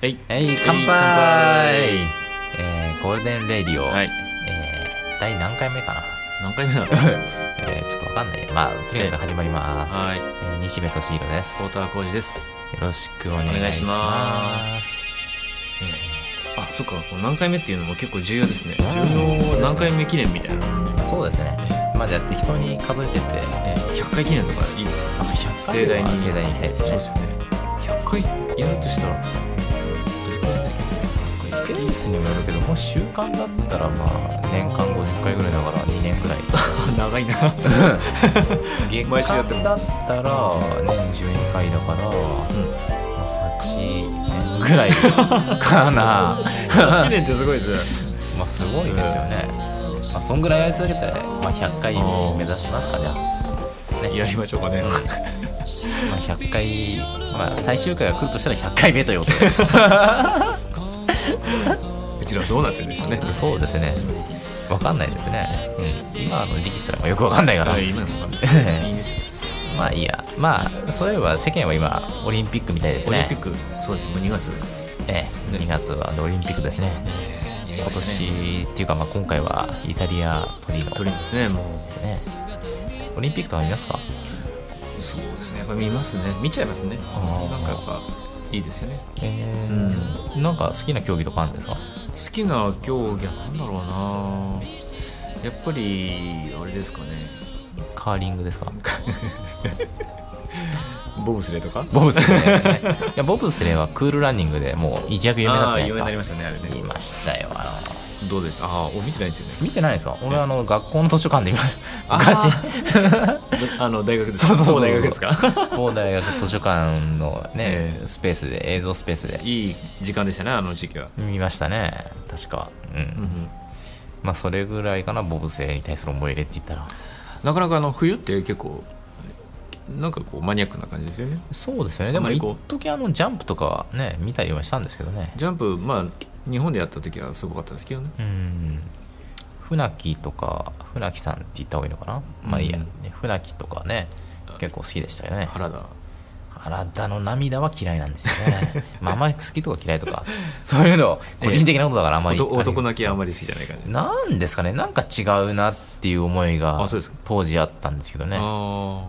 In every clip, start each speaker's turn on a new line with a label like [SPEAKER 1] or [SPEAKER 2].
[SPEAKER 1] はい
[SPEAKER 2] えい、乾杯
[SPEAKER 1] はい
[SPEAKER 2] えーゴールデンレディオ、
[SPEAKER 1] はい
[SPEAKER 2] えー第何回目かな
[SPEAKER 1] 何回目なの
[SPEAKER 2] えーちょっとわかんないやまあ、とにかく始まります。
[SPEAKER 1] はい
[SPEAKER 2] えー西部敏郎です。
[SPEAKER 1] 太
[SPEAKER 2] よ
[SPEAKER 1] 田浩二です
[SPEAKER 2] ろしくお願いし
[SPEAKER 1] お願いし
[SPEAKER 2] ま。
[SPEAKER 1] ますあそっかこれ何回目っていうのも結構重要ですね
[SPEAKER 2] 重要ですね
[SPEAKER 1] 何回目記念みたいな
[SPEAKER 2] そうですね。まあ、じゃあ適当に数えてって、
[SPEAKER 1] 100回記念とかいいです
[SPEAKER 2] あ100
[SPEAKER 1] 盛大に
[SPEAKER 2] 盛大に行きたいです
[SPEAKER 1] そうで
[SPEAKER 2] ね。
[SPEAKER 1] すね100回やるとしたらどれくらいやんなきゃいけない
[SPEAKER 2] ケ
[SPEAKER 1] 100
[SPEAKER 2] ースにもよるけど、もし習慣だったら、まあ、年間50回ぐらいだから2年くらい。
[SPEAKER 1] 回 長いな
[SPEAKER 2] 月
[SPEAKER 1] 毎週やって
[SPEAKER 2] 間
[SPEAKER 1] も
[SPEAKER 2] だったら、年12回だから、8年ぐらいか な
[SPEAKER 1] 1年ってすごいですね
[SPEAKER 2] まあすごいですよね、まあ、そんぐらいやり続けて、まあ、100回目指しますかじゃあ、
[SPEAKER 1] やりましょう かね
[SPEAKER 2] まあ、100回、まあ、最終回が来るとしたら100回目ということで
[SPEAKER 1] うちらどうなってるんでしょうね
[SPEAKER 2] そうですねわかんないですね、うん、今の時期すらもよくわかんないから、
[SPEAKER 1] はい今のも分かんないいいですね
[SPEAKER 2] まあいいやまあそういえば世間は今オリンピックみたいです
[SPEAKER 1] オリ
[SPEAKER 2] ね
[SPEAKER 1] ンピックそうですもう2月
[SPEAKER 2] ええ、2月はオリンピックですね
[SPEAKER 1] やり
[SPEAKER 2] 今
[SPEAKER 1] ましたね
[SPEAKER 2] 年っていうか、まあ、今回はイタリアトリノ
[SPEAKER 1] 取りますねもう
[SPEAKER 2] ですねオリンピックとか見ますか
[SPEAKER 1] そうですねやっぱ見ますね見ちゃいますねなん
[SPEAKER 2] あー
[SPEAKER 1] かやっぱいいですよね
[SPEAKER 2] うん、なんか好きな競技とかあるんですか
[SPEAKER 1] 好きな競技は何だろうなやっぱりあれですかね
[SPEAKER 2] カーリングですか
[SPEAKER 1] ボブスレーとか
[SPEAKER 2] ボブスレー いやボブスレーはクールランニングでもう一躍有名だったじゃない
[SPEAKER 1] 有名になりま
[SPEAKER 2] で
[SPEAKER 1] すしたねあれ
[SPEAKER 2] か
[SPEAKER 1] ね
[SPEAKER 2] 見ましたよあの
[SPEAKER 1] どうでしたああ俺見てないですよね
[SPEAKER 2] 見てないですか俺あの学校の図書館で見ました
[SPEAKER 1] あー
[SPEAKER 2] 昔
[SPEAKER 1] あの大学です
[SPEAKER 2] そうそうそう
[SPEAKER 1] 某大学ですか
[SPEAKER 2] 某大学図書館のね、
[SPEAKER 1] ええ
[SPEAKER 2] スペースで映像スペースで
[SPEAKER 1] いい時間でしたねあの時期は、
[SPEAKER 2] 見ましたね確かうん、まあそれぐらいかなボブスレーに対する思い入れって言ったら
[SPEAKER 1] なかなかあの冬って結構なんかこうマニアックな感じですよね
[SPEAKER 2] そうですねで
[SPEAKER 1] でも
[SPEAKER 2] も一時あのジャンプとかはね見たりはしたんですけどね
[SPEAKER 1] ジャンプまあ日本でやった時はすごかったですけどね
[SPEAKER 2] うん船木とか船木さんって言った方がいいのかな、まあいいや、
[SPEAKER 1] うん
[SPEAKER 2] ね、船木とかね結構好きでしたよね
[SPEAKER 1] 原田
[SPEAKER 2] 原田の涙は嫌いなんですよ ねまああんまり好きとか嫌いとかそういうの個人的なことだからあんまり、
[SPEAKER 1] 男男泣きはあんまり好きじゃない感じです
[SPEAKER 2] なんですかねなんか違うなっていう思いが
[SPEAKER 1] あそうですか
[SPEAKER 2] 当時あったんですけどね
[SPEAKER 1] あ
[SPEAKER 2] うんうんうん
[SPEAKER 1] あ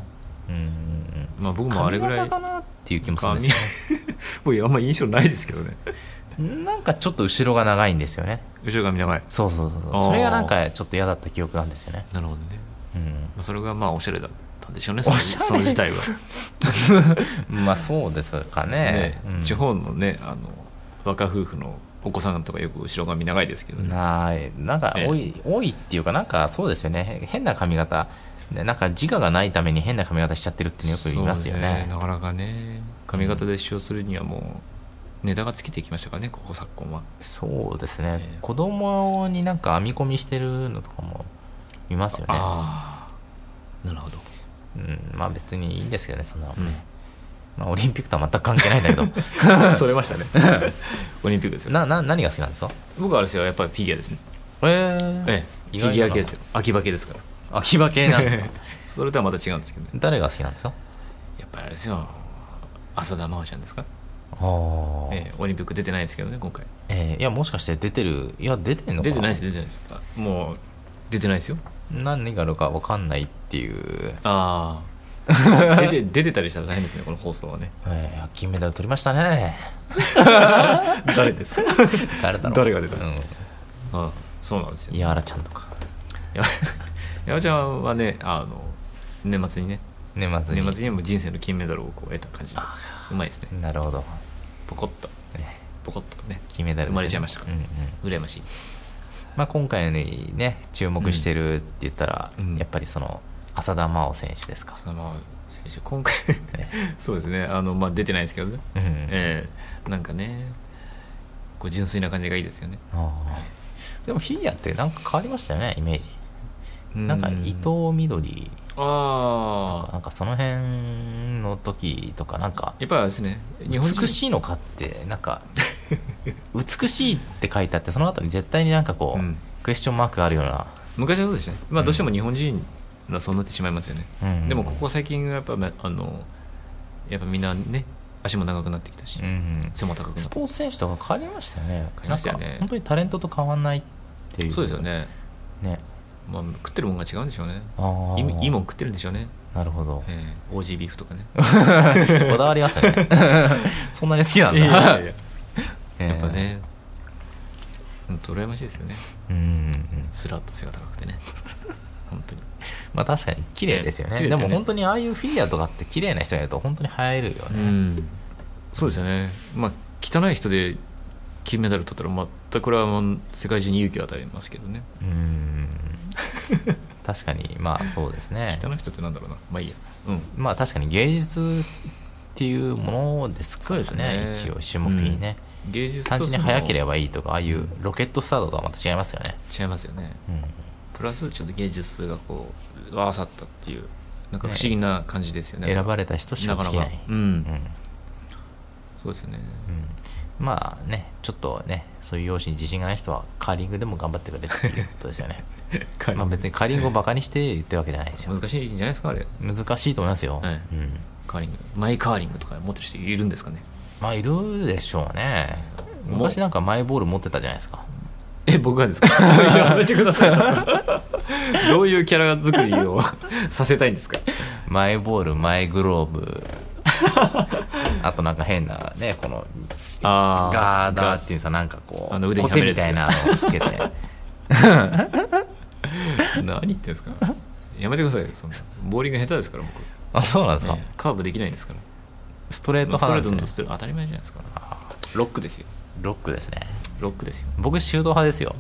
[SPEAKER 1] まあ僕もあれ
[SPEAKER 2] 髪
[SPEAKER 1] ぐら
[SPEAKER 2] 型
[SPEAKER 1] い
[SPEAKER 2] かなっていう気もするんですよ
[SPEAKER 1] もうあんま印象ないですけどね
[SPEAKER 2] ねなんかちょっと後ろが長いんですよね
[SPEAKER 1] 後ろ髪長い
[SPEAKER 2] そうそうそう
[SPEAKER 1] あ
[SPEAKER 2] そ
[SPEAKER 1] ー
[SPEAKER 2] うそれがなんかちょっと嫌だった記憶なんですよね
[SPEAKER 1] なるほどね
[SPEAKER 2] うん
[SPEAKER 1] まあそれがまあおしゃれだったんでしょうねその
[SPEAKER 2] おしゃれ
[SPEAKER 1] その時代は、
[SPEAKER 2] まあそうですかね
[SPEAKER 1] ね
[SPEAKER 2] うん
[SPEAKER 1] 地方のねあの若夫婦のお子さんとかよく後ろ髪長いですけどね
[SPEAKER 2] ないなんか
[SPEAKER 1] ええ
[SPEAKER 2] 多い、多いっていうかなんかそうですよね変な髪型ねなんか自我がないために変な髪型しちゃってるっていうのよく言いますよ
[SPEAKER 1] そうで
[SPEAKER 2] ね
[SPEAKER 1] なかなかね髪型で主張するにはもうネタが尽きてきましたからねここ昨今は
[SPEAKER 2] そうですね
[SPEAKER 1] ええ
[SPEAKER 2] 子供になんか編み込みしてるのとかも見ますよね
[SPEAKER 1] ああなるほど、
[SPEAKER 2] うん、まあ別にいいんですけどねそんなの、
[SPEAKER 1] う
[SPEAKER 2] まあ、オリンピックとは全く関係ないん だけど
[SPEAKER 1] ん、 それましたね オリンピックですよ
[SPEAKER 2] なな何が好きなんですか
[SPEAKER 1] 僕はあれですよやっぱりフィギュアですね
[SPEAKER 2] え
[SPEAKER 1] ええ、
[SPEAKER 2] 意
[SPEAKER 1] フィ
[SPEAKER 2] 外だ
[SPEAKER 1] ギュア
[SPEAKER 2] な
[SPEAKER 1] 系ですよ秋葉系ですから
[SPEAKER 2] 秋葉系なんです か
[SPEAKER 1] それとはまた違うんですけどね
[SPEAKER 2] 誰が好きなんですか
[SPEAKER 1] やっぱりあれですよ浅田真央ちゃんですか、
[SPEAKER 2] ああ
[SPEAKER 1] ええ、オリンピック出てないですけどね今回
[SPEAKER 2] えーいやもしかして出てるいや出てんのか
[SPEAKER 1] 出てないです出てないですあもう出てないですよ
[SPEAKER 2] 何があるか分かんないっていう、
[SPEAKER 1] ああ 出て出てたりしたら大変ですねこの放送は ね
[SPEAKER 2] えー金メダル取りましたね
[SPEAKER 1] 誰です か
[SPEAKER 2] 誰だろ う
[SPEAKER 1] 誰が出た
[SPEAKER 2] うん、
[SPEAKER 1] あそうなんですよ
[SPEAKER 2] いやあらちゃんとか
[SPEAKER 1] ややまちゃんはねあの年末にね
[SPEAKER 2] 年末に
[SPEAKER 1] 年末にも人生の金メダルをこう得た感じ
[SPEAKER 2] あ
[SPEAKER 1] うまいですね
[SPEAKER 2] なるほど、
[SPEAKER 1] ポコッと
[SPEAKER 2] ね
[SPEAKER 1] ポコッとね
[SPEAKER 2] 金メダルですね
[SPEAKER 1] 生まれちゃいましたか
[SPEAKER 2] うんうん
[SPEAKER 1] 羨ましい
[SPEAKER 2] まあ、今回にね注目してるって言ったら、
[SPEAKER 1] うん
[SPEAKER 2] やっぱりその浅田真央選手ですか、
[SPEAKER 1] そのまま選手今回 そうですねあの、まあ、出てないですけどね、
[SPEAKER 2] うん
[SPEAKER 1] ええなんかねこう純粋な感じがいいですよね
[SPEAKER 2] あーでもフィギュアってなんか変わりましたよねイメージなんか
[SPEAKER 1] う
[SPEAKER 2] 伊藤みどりとか
[SPEAKER 1] ああ
[SPEAKER 2] なんかその辺の時とかなんか
[SPEAKER 1] やっぱりあれですね日本人
[SPEAKER 2] 美しいのかってなんか 美しいって書いてあってその後に絶対になんかこう、
[SPEAKER 1] うん
[SPEAKER 2] クエスチョンマークがあるような
[SPEAKER 1] 昔はそうでしたね、まあ、どうしても日本人はそうなってしまいますよね、
[SPEAKER 2] うん
[SPEAKER 1] でもここ最近はやっぱまあのやっぱみんなね足も長くなってきたし、
[SPEAKER 2] うん、
[SPEAKER 1] 背も高くなっ
[SPEAKER 2] ス
[SPEAKER 1] てき
[SPEAKER 2] ポーツ選手とか変わりましたよね
[SPEAKER 1] 変わりましたよね
[SPEAKER 2] なんか本当にタレントと変わらないってい
[SPEAKER 1] た
[SPEAKER 2] う
[SPEAKER 1] そうですよね、
[SPEAKER 2] ね
[SPEAKER 1] まあ、食ってるもんが違うんでしょうね
[SPEAKER 2] ああ
[SPEAKER 1] いいいいもん食ってるんでしょうね、
[SPEAKER 2] なるほど
[SPEAKER 1] えー、OG ビーフとか ね
[SPEAKER 2] こだわります よねそんなに好きなんだ
[SPEAKER 1] いやいやいや
[SPEAKER 2] え
[SPEAKER 1] やっぱね本当羨ましいですよね
[SPEAKER 2] うんうんうん
[SPEAKER 1] スラッと背が高くて ね本当に
[SPEAKER 2] まあ確かに綺麗ですよね
[SPEAKER 1] 綺麗
[SPEAKER 2] で
[SPEAKER 1] ですよね
[SPEAKER 2] も本当にああいうフィギュアとかって綺麗な人がいると本当に映えるよ
[SPEAKER 1] う
[SPEAKER 2] ね、
[SPEAKER 1] んそうですよねまあ汚い人で金メダル取ったらまたこれはもう世界中に勇気を与えますけどね
[SPEAKER 2] うん、確かにまあそうですね
[SPEAKER 1] 汚い人ってなんだろうなまあいいやうん
[SPEAKER 2] まあ確かに芸術っていうものですから
[SPEAKER 1] そうで
[SPEAKER 2] ね
[SPEAKER 1] すね
[SPEAKER 2] 一応種目的にね、
[SPEAKER 1] 芸術と
[SPEAKER 2] 単純に速けれ
[SPEAKER 1] ば
[SPEAKER 2] ばいいとかああいうロケットスタートとはまた違いますよね、
[SPEAKER 1] 違いますよね
[SPEAKER 2] うん、
[SPEAKER 1] プラスちょっと芸術がこう合わさったっていうなんか不思議な感じですよね
[SPEAKER 2] 選ばれた人しか
[SPEAKER 1] なか
[SPEAKER 2] で
[SPEAKER 1] な
[SPEAKER 2] きな
[SPEAKER 1] か
[SPEAKER 2] い
[SPEAKER 1] うん、
[SPEAKER 2] うんうん
[SPEAKER 1] そうですよね
[SPEAKER 2] まあねちょっとねそういう容姿に自信がない人はカーリングでも頑張ってくれっていうことですよねまあ別にカーリングをバカにして言ってるわけじゃないですよ
[SPEAKER 1] 難しいんじゃないですかあれ
[SPEAKER 2] 難しいと思いますよ、
[SPEAKER 1] はい
[SPEAKER 2] うん、
[SPEAKER 1] カーリングマイカーリングとか持ってる人いるんですかね
[SPEAKER 2] まあいるでしょうね
[SPEAKER 1] も
[SPEAKER 2] 昔なんかマイボール持ってたじゃないですか
[SPEAKER 1] え僕がですかやめてください どういうキャラ作りをさせたいんですか
[SPEAKER 2] マイボールマイグロー ブあとなんか変なねこの
[SPEAKER 1] あ
[SPEAKER 2] ガーダーっていうさなんかこう
[SPEAKER 1] あの腕には
[SPEAKER 2] コ
[SPEAKER 1] め
[SPEAKER 2] テ
[SPEAKER 1] る
[SPEAKER 2] み
[SPEAKER 1] やつ
[SPEAKER 2] たいなのをつけ て
[SPEAKER 1] 何言ってんですかやめてくださいよそんなボーリング下手ですから僕、
[SPEAKER 2] あそうなんですか、
[SPEAKER 1] ええカーブできないんですから
[SPEAKER 2] ストレート
[SPEAKER 1] ストレ
[SPEAKER 2] 派
[SPEAKER 1] ート
[SPEAKER 2] なん
[SPEAKER 1] の
[SPEAKER 2] で
[SPEAKER 1] ス
[SPEAKER 2] す
[SPEAKER 1] ト
[SPEAKER 2] ね
[SPEAKER 1] レート当たり前じゃないですかロックですよ
[SPEAKER 2] ロックですね
[SPEAKER 1] ロックですよ
[SPEAKER 2] 僕シュート派ですよ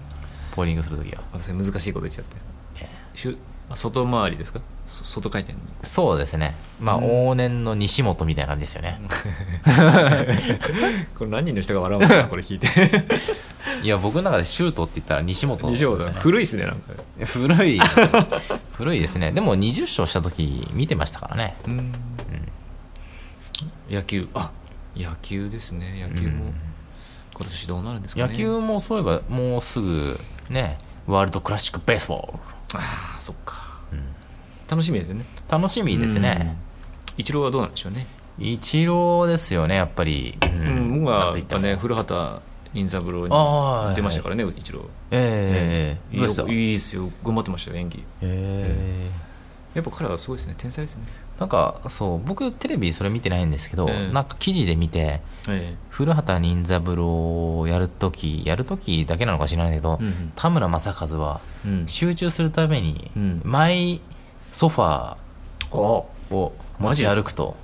[SPEAKER 2] ボーリングするときは
[SPEAKER 1] 私難しいこと言っちゃって
[SPEAKER 2] ええ
[SPEAKER 1] シュあ外回りですかそ外回転に
[SPEAKER 2] そうですねまあ、
[SPEAKER 1] うん
[SPEAKER 2] 往年の西本みたいな感じですよね、
[SPEAKER 1] これ何人の人が笑うのかなこれ聞いて
[SPEAKER 2] いや僕の中でシュートって言ったら 西本です
[SPEAKER 1] 西
[SPEAKER 2] よ
[SPEAKER 1] 本
[SPEAKER 2] ね
[SPEAKER 1] さん古いっすねなんか
[SPEAKER 2] 古い古いですねでも20勝した時見てましたからね
[SPEAKER 1] うん野球あ野球ですね野球も、
[SPEAKER 2] うん
[SPEAKER 1] 今年どうなるんですかね
[SPEAKER 2] 野球もそういえばもうすぐねワールドクラシックベースボ
[SPEAKER 1] ああそっか
[SPEAKER 2] ール、うん
[SPEAKER 1] 楽しみですよね
[SPEAKER 2] 楽しみですね、
[SPEAKER 1] イチローはどうなんでしょうね
[SPEAKER 2] イチローですよねやっぱり、う
[SPEAKER 1] うん、僕
[SPEAKER 2] なん
[SPEAKER 1] は
[SPEAKER 2] と
[SPEAKER 1] や
[SPEAKER 2] い
[SPEAKER 1] ってぱ
[SPEAKER 2] も
[SPEAKER 1] ね古畑任三郎に
[SPEAKER 2] あー
[SPEAKER 1] 出ましたからねイチロー
[SPEAKER 2] ええ
[SPEAKER 1] いい
[SPEAKER 2] どうでした
[SPEAKER 1] よいいですよ頑張ってましたよ演技
[SPEAKER 2] え
[SPEAKER 1] やっぱ彼はすごいですね天才ですね
[SPEAKER 2] ーなんかそう僕テレビそれ見てないんですけど、
[SPEAKER 1] ええ
[SPEAKER 2] なんか記事で見て
[SPEAKER 1] え
[SPEAKER 2] 古畑任三郎をやるときやるときだけなのか知らないけど、
[SPEAKER 1] うんうん
[SPEAKER 2] 田村正和は
[SPEAKER 1] えうん
[SPEAKER 2] 集中するために、
[SPEAKER 1] うん
[SPEAKER 2] マイソファ
[SPEAKER 1] あ
[SPEAKER 2] ーを持ち歩くと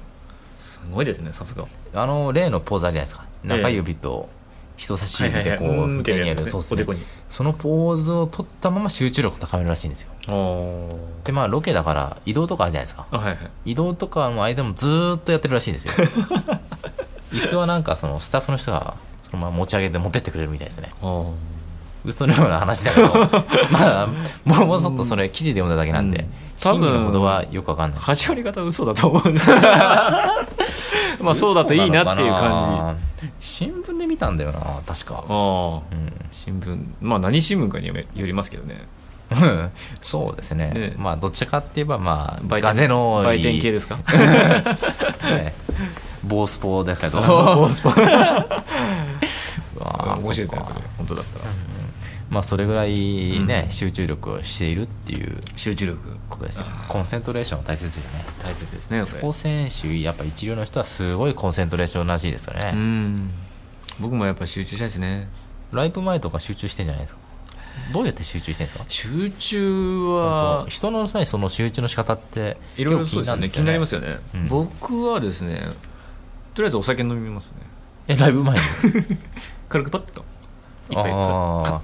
[SPEAKER 1] すごいですねさすが
[SPEAKER 2] あの例のポーズあるじゃないですか
[SPEAKER 1] ええ
[SPEAKER 2] 中指と人差し指でこう
[SPEAKER 1] 見
[SPEAKER 2] 手
[SPEAKER 1] てる
[SPEAKER 2] に
[SPEAKER 1] や
[SPEAKER 2] や
[SPEAKER 1] つ
[SPEAKER 2] る
[SPEAKER 1] です
[SPEAKER 2] そう
[SPEAKER 1] ね
[SPEAKER 2] です
[SPEAKER 1] お
[SPEAKER 2] ね
[SPEAKER 1] でこに
[SPEAKER 2] そのポーズを取ったまま集中力高めるらしいんですよ
[SPEAKER 1] あー
[SPEAKER 2] でまあロケだから移動とかあるじゃないですか
[SPEAKER 1] あはいはい
[SPEAKER 2] 移動とかの間もずーっとやってるらしいん ですよ椅子はなんかそのスタッフの人がそのまま持ち上げて持ってってくれるみたいですね
[SPEAKER 1] あー
[SPEAKER 2] 嘘のような話だ けどまあもうもうちょっとそれ記事で読んだだけなんで、
[SPEAKER 1] うん
[SPEAKER 2] 真偽のほどはよくわかんない
[SPEAKER 1] 8割方嘘だと思うん ですまあそうだといいなっていう感じ
[SPEAKER 2] じ新聞で見たんだよな確か
[SPEAKER 1] ああ
[SPEAKER 2] うん
[SPEAKER 1] 新聞まあ何新聞かによめよりますけどね
[SPEAKER 2] そうですね
[SPEAKER 1] ね
[SPEAKER 2] まあどっちかって言えばまあ
[SPEAKER 1] 売店
[SPEAKER 2] ガゼの
[SPEAKER 1] 売店系 ですか
[SPEAKER 2] ね暴スポだけ ど
[SPEAKER 1] 暴スポ
[SPEAKER 2] あ
[SPEAKER 1] 面白いですねそれ本当だったら
[SPEAKER 2] まあそれぐらいね、集中力をしているっていう
[SPEAKER 1] 集中力
[SPEAKER 2] ことですよねコンセントレーションは大切ですよね
[SPEAKER 1] 大切ですね
[SPEAKER 2] ス
[SPEAKER 1] それ
[SPEAKER 2] ポーツ選手やっぱ一流の人はすごいコンセントレーションらしいですよね、
[SPEAKER 1] うん僕もやっぱ集中したいですね
[SPEAKER 2] ライブ前とか集中してんじゃないですかどうやって集中してんですか
[SPEAKER 1] 集中
[SPEAKER 2] 本
[SPEAKER 1] は
[SPEAKER 2] 当人のさその集中の仕方って
[SPEAKER 1] いろいろそうですよね
[SPEAKER 2] 結
[SPEAKER 1] 気になりま
[SPEAKER 2] 構
[SPEAKER 1] すよね、
[SPEAKER 2] うん
[SPEAKER 1] 僕はですねとりあえずお酒飲みますね
[SPEAKER 2] えライ ブ前に
[SPEAKER 1] 軽くパッと一
[SPEAKER 2] あ
[SPEAKER 1] 杯か
[SPEAKER 2] ー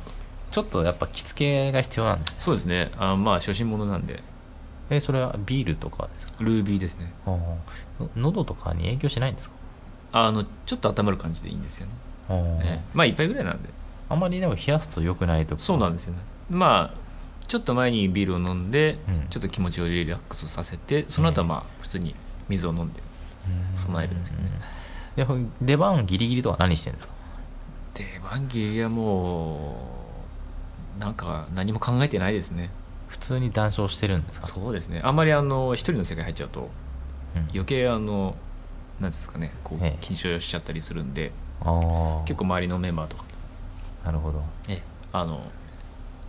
[SPEAKER 2] ちょっとやっぱ着付けが必要なんですね
[SPEAKER 1] そうですねあまあ初心者なんで
[SPEAKER 2] えそれはビールとかですか
[SPEAKER 1] ルービーですね
[SPEAKER 2] あーの喉とかに影響しないんですか
[SPEAKER 1] あのちょっと温まる感じでいいんですよね、
[SPEAKER 2] あー
[SPEAKER 1] ええまあ一杯ぐらいなんで
[SPEAKER 2] あんまりでも冷やすと良くないとか
[SPEAKER 1] そうなん
[SPEAKER 2] で
[SPEAKER 1] ですよねまあちょっと前にビールを飲んで、
[SPEAKER 2] うん
[SPEAKER 1] ちょっと気持ちをリラックスさせてその後はまあ普通に水を飲んで、備えるんですよね
[SPEAKER 2] で出番ギリギリとか何してるんですか
[SPEAKER 1] でバンギリはもうなんか何も考えてないですね
[SPEAKER 2] 普通に談笑してるんですか
[SPEAKER 1] そうですねあんまりあの一人の世界入っちゃうと
[SPEAKER 2] うん
[SPEAKER 1] 余計あのなんていうんですかねこう
[SPEAKER 2] ええ
[SPEAKER 1] 緊張しちゃったりするんで、
[SPEAKER 2] ああ
[SPEAKER 1] 結構周りのメンバーとか、
[SPEAKER 2] なるほど
[SPEAKER 1] あの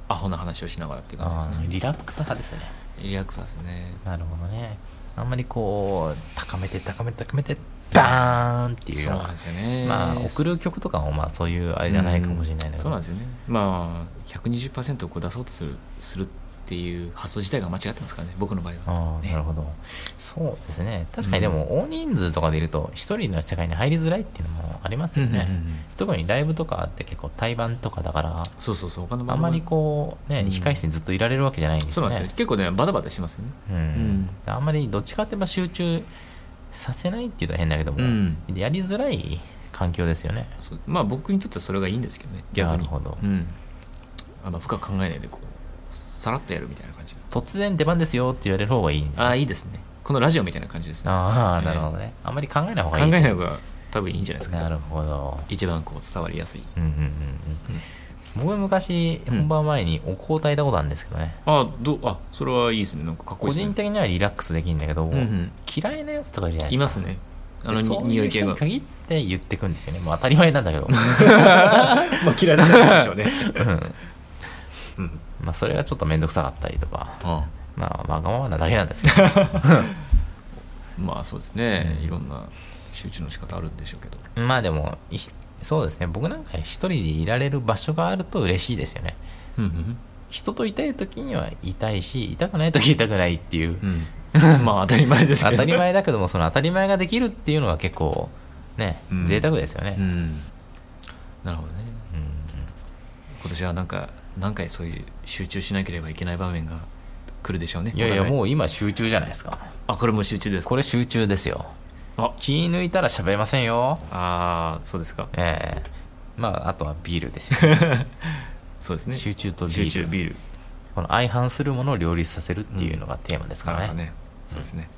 [SPEAKER 1] アホな話をしながらっていう
[SPEAKER 2] あ
[SPEAKER 1] 感じ
[SPEAKER 2] ー
[SPEAKER 1] です
[SPEAKER 2] リ
[SPEAKER 1] ね
[SPEAKER 2] ラックス派ですね
[SPEAKER 1] リラックスですね
[SPEAKER 2] なるほどねあんまりこう高めて高めて高めてバーンっていう
[SPEAKER 1] そう
[SPEAKER 2] よう
[SPEAKER 1] なん
[SPEAKER 2] な
[SPEAKER 1] ですよね
[SPEAKER 2] まあ送る曲とかもまあそういうあれじゃないかもしれないんだけど
[SPEAKER 1] そうなんですよねまあ120%をこう出そうとするするっていう発想自体が間違ってますからね僕の場合
[SPEAKER 2] あ
[SPEAKER 1] は、
[SPEAKER 2] あ
[SPEAKER 1] ね
[SPEAKER 2] なるほどそうですね確かにでも大人数とかでいると一人の世界に入りづらいっていうのもありますよね、
[SPEAKER 1] うんうんうんうん
[SPEAKER 2] 特にライブとかって結構対バンとかだから
[SPEAKER 1] そうそうそう他の
[SPEAKER 2] あんまりこうね
[SPEAKER 1] うん
[SPEAKER 2] 控室にずっといられるわけじゃないんです
[SPEAKER 1] そう
[SPEAKER 2] よ
[SPEAKER 1] なん
[SPEAKER 2] ね
[SPEAKER 1] ですよ結構ねバタバタしてますよね
[SPEAKER 2] うんあんまりどっちかって言えば集中させないっていうと変だけども、
[SPEAKER 1] うん
[SPEAKER 2] やりづらい環境ですよね
[SPEAKER 1] そうまあ僕にとってはそれがいいんですけどね逆に
[SPEAKER 2] なるほど
[SPEAKER 1] うん、あの深く考えないでこうさらっとやるみたいな感じ
[SPEAKER 2] 突然出番ですよって言われる方がいいんだ
[SPEAKER 1] ああいいですねこのラジオみたいな感じですね
[SPEAKER 2] ああ
[SPEAKER 1] ええ
[SPEAKER 2] なるほどね、あんまり考えない方
[SPEAKER 1] 考
[SPEAKER 2] が
[SPEAKER 1] え
[SPEAKER 2] いい
[SPEAKER 1] ない方が多分いいんじゃないですか、
[SPEAKER 2] なるほど
[SPEAKER 1] 一番こう伝わりやすい
[SPEAKER 2] うんうんうんうん僕昔
[SPEAKER 1] うん
[SPEAKER 2] 本番前にお香を炊いたことあるんですけどね、
[SPEAKER 1] あどうあそれはいいですねなんかかっこい
[SPEAKER 2] 個
[SPEAKER 1] いです
[SPEAKER 2] 人
[SPEAKER 1] ね
[SPEAKER 2] 的にはリラックスできるんだけど、
[SPEAKER 1] うんうん
[SPEAKER 2] 嫌いなやつとかいるじゃない
[SPEAKER 1] い
[SPEAKER 2] で
[SPEAKER 1] ますす
[SPEAKER 2] か
[SPEAKER 1] ね
[SPEAKER 2] で
[SPEAKER 1] あのに
[SPEAKER 2] そうい
[SPEAKER 1] 匂
[SPEAKER 2] う
[SPEAKER 1] い系
[SPEAKER 2] 人に
[SPEAKER 1] が
[SPEAKER 2] 限って言ってくんですよね、まあ、当たり前なんだけ ど、
[SPEAKER 1] まあ嫌いなんでしょうね
[SPEAKER 2] うん
[SPEAKER 1] うん
[SPEAKER 2] まあそれがちょっと面倒くさかったりとか
[SPEAKER 1] あ
[SPEAKER 2] まあわがままなだけなんです けど、
[SPEAKER 1] まあそうですね、
[SPEAKER 2] うん
[SPEAKER 1] いろんな集中の仕方あるんでしょうけど
[SPEAKER 2] まあでもいそうですね僕なんか一人でいられる場所があると嬉しいですよね
[SPEAKER 1] うん
[SPEAKER 2] 人といたい時には痛いし痛くない時は痛くないっていう、
[SPEAKER 1] うん、まあ当たり前ですけ
[SPEAKER 2] 当
[SPEAKER 1] ど
[SPEAKER 2] たり前だけどもその当たり前ができるっていうのは結構ね、
[SPEAKER 1] うん
[SPEAKER 2] 贅沢ですよね、
[SPEAKER 1] うんなるほどね
[SPEAKER 2] うん
[SPEAKER 1] 今年はなんか何回そういう集中しなければいけない場面が来るでしょうね
[SPEAKER 2] いやいや
[SPEAKER 1] お互
[SPEAKER 2] もう今集中じゃないですか
[SPEAKER 1] あこれも集中ですか
[SPEAKER 2] これ集中ですよ
[SPEAKER 1] あ
[SPEAKER 2] 気抜いたら喋れませんよ
[SPEAKER 1] あーそうですか
[SPEAKER 2] ええまああとはビールですよ、ね、
[SPEAKER 1] そうですね
[SPEAKER 2] 集中とビール
[SPEAKER 1] 集中ビール
[SPEAKER 2] この相反するものを両立させるっていうのがテーマですか
[SPEAKER 1] な
[SPEAKER 2] ら
[SPEAKER 1] か
[SPEAKER 2] ね,、
[SPEAKER 1] なかねそうですね、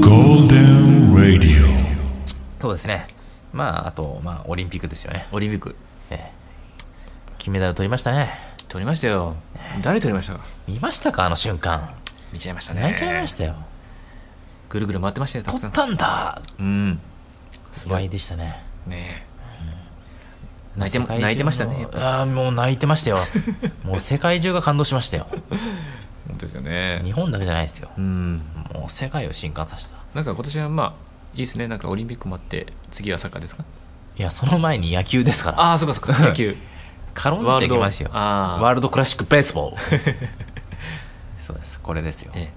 [SPEAKER 3] Golden Radio.
[SPEAKER 2] そうですねまああと、まあ、オリンピックですよね、
[SPEAKER 1] オリンピック
[SPEAKER 2] ええ金メダル取りましたね
[SPEAKER 1] 取りましたよ誰取りましたか
[SPEAKER 2] 見ましたかあの瞬間
[SPEAKER 1] 見ちゃいましたね
[SPEAKER 2] 泣いちゃいましたよ
[SPEAKER 1] ぐるぐる回ってましたよたくさ
[SPEAKER 2] 取っ
[SPEAKER 1] ん
[SPEAKER 2] たんだ
[SPEAKER 1] うん
[SPEAKER 2] すごいでしたね
[SPEAKER 1] ねえ泣いても泣いてましたねやっぱ
[SPEAKER 2] ああもう泣いてましたよもう世界中が感動しまし たよ
[SPEAKER 1] 本当ですよね
[SPEAKER 2] 日本だけじゃないですよ
[SPEAKER 1] うん
[SPEAKER 2] もう世界を震撼させた
[SPEAKER 1] なんか今年はまあいいですねなんかオリンピックもあって次はサッカーですか
[SPEAKER 2] いやその前に野球ですから
[SPEAKER 1] ああそうか そうか野球
[SPEAKER 2] 軽んじていきますよ
[SPEAKER 1] ワールドあー
[SPEAKER 2] ワールドクラシックベー スボールそうですこれですよ、
[SPEAKER 1] え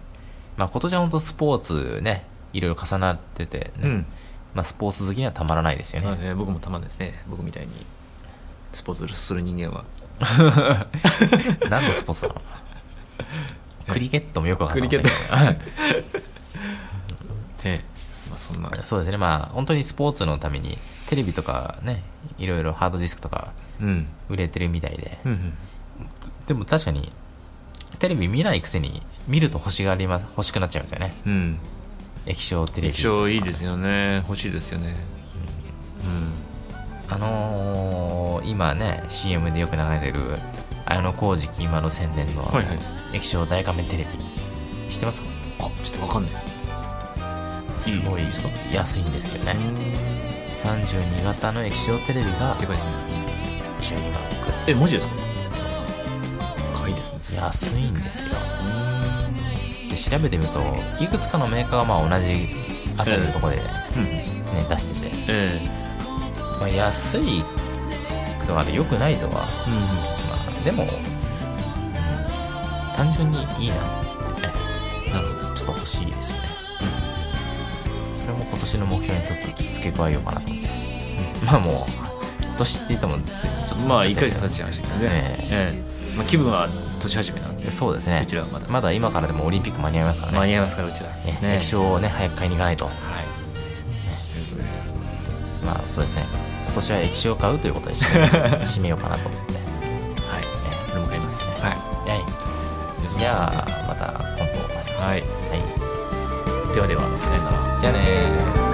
[SPEAKER 2] まあ、今年は本当スポーツねいろいろ重なっててね、
[SPEAKER 1] えうん
[SPEAKER 2] まあ、スポーツ好きにはたまらないですよ
[SPEAKER 1] なの
[SPEAKER 2] ね
[SPEAKER 1] でね僕もたまんないですね僕みたいにスポーツする人間は
[SPEAKER 2] 何のスポーツ なのクリケットもよくわかんない
[SPEAKER 1] クリケ ええまあそんな
[SPEAKER 2] そうですねまあ本当にスポーツのためにテレビとかねいろいろハードディスクとか
[SPEAKER 1] うん
[SPEAKER 2] 売れてるみたいで、
[SPEAKER 1] うんうん
[SPEAKER 2] でも確かにテレビ見ないくせに見ると欲しがりま欲しくなっちゃいますよね
[SPEAKER 1] うん
[SPEAKER 2] 液晶テレビ
[SPEAKER 1] 液晶いいですよね欲しいですよねうん
[SPEAKER 2] あのー今ね CM でよく流れてる綾小路き今の宣伝の
[SPEAKER 1] はいはい
[SPEAKER 2] 液晶大画面テレビ知ってますか
[SPEAKER 1] あちょっとわかんないですいい
[SPEAKER 2] すごい
[SPEAKER 1] いいですか
[SPEAKER 2] 安いんですよね32型の液晶テレビが
[SPEAKER 1] でかいですね
[SPEAKER 2] 12万くら
[SPEAKER 1] えマジですかかいですね
[SPEAKER 2] い安いんですよで調べてみるといくつかのメーカーはまあ同じあたりのところで、ね
[SPEAKER 1] うん
[SPEAKER 2] 出してて、
[SPEAKER 1] え
[SPEAKER 2] まあ、安いとかで良くないとは
[SPEAKER 1] えうん
[SPEAKER 2] まあでも、うん単純にいいなってね
[SPEAKER 1] なるほど
[SPEAKER 2] ちょっと欲しいですよね、それも今年の目標に一つ付け加えようかなと、まあもう今年って言っても別にちょっと
[SPEAKER 1] まあ1ヶ月経っちゃいましたけどね
[SPEAKER 2] え
[SPEAKER 1] ええまあ気分は年始めなんで
[SPEAKER 2] そうですね
[SPEAKER 1] うちらはまだ
[SPEAKER 2] まだ今からでもオリンピック間に合いますからね
[SPEAKER 1] 間に合いますからうちら
[SPEAKER 2] ね液晶をね早く買いに行かないと
[SPEAKER 1] はいということで
[SPEAKER 2] まあそうですね今年は液晶を買うということで締め締めようかなと思って、ね
[SPEAKER 1] はい これも買いますは
[SPEAKER 2] はい
[SPEAKER 1] い
[SPEAKER 2] じゃあまた今度
[SPEAKER 1] はい
[SPEAKER 2] はい
[SPEAKER 1] ではではさよなら
[SPEAKER 2] じゃあねー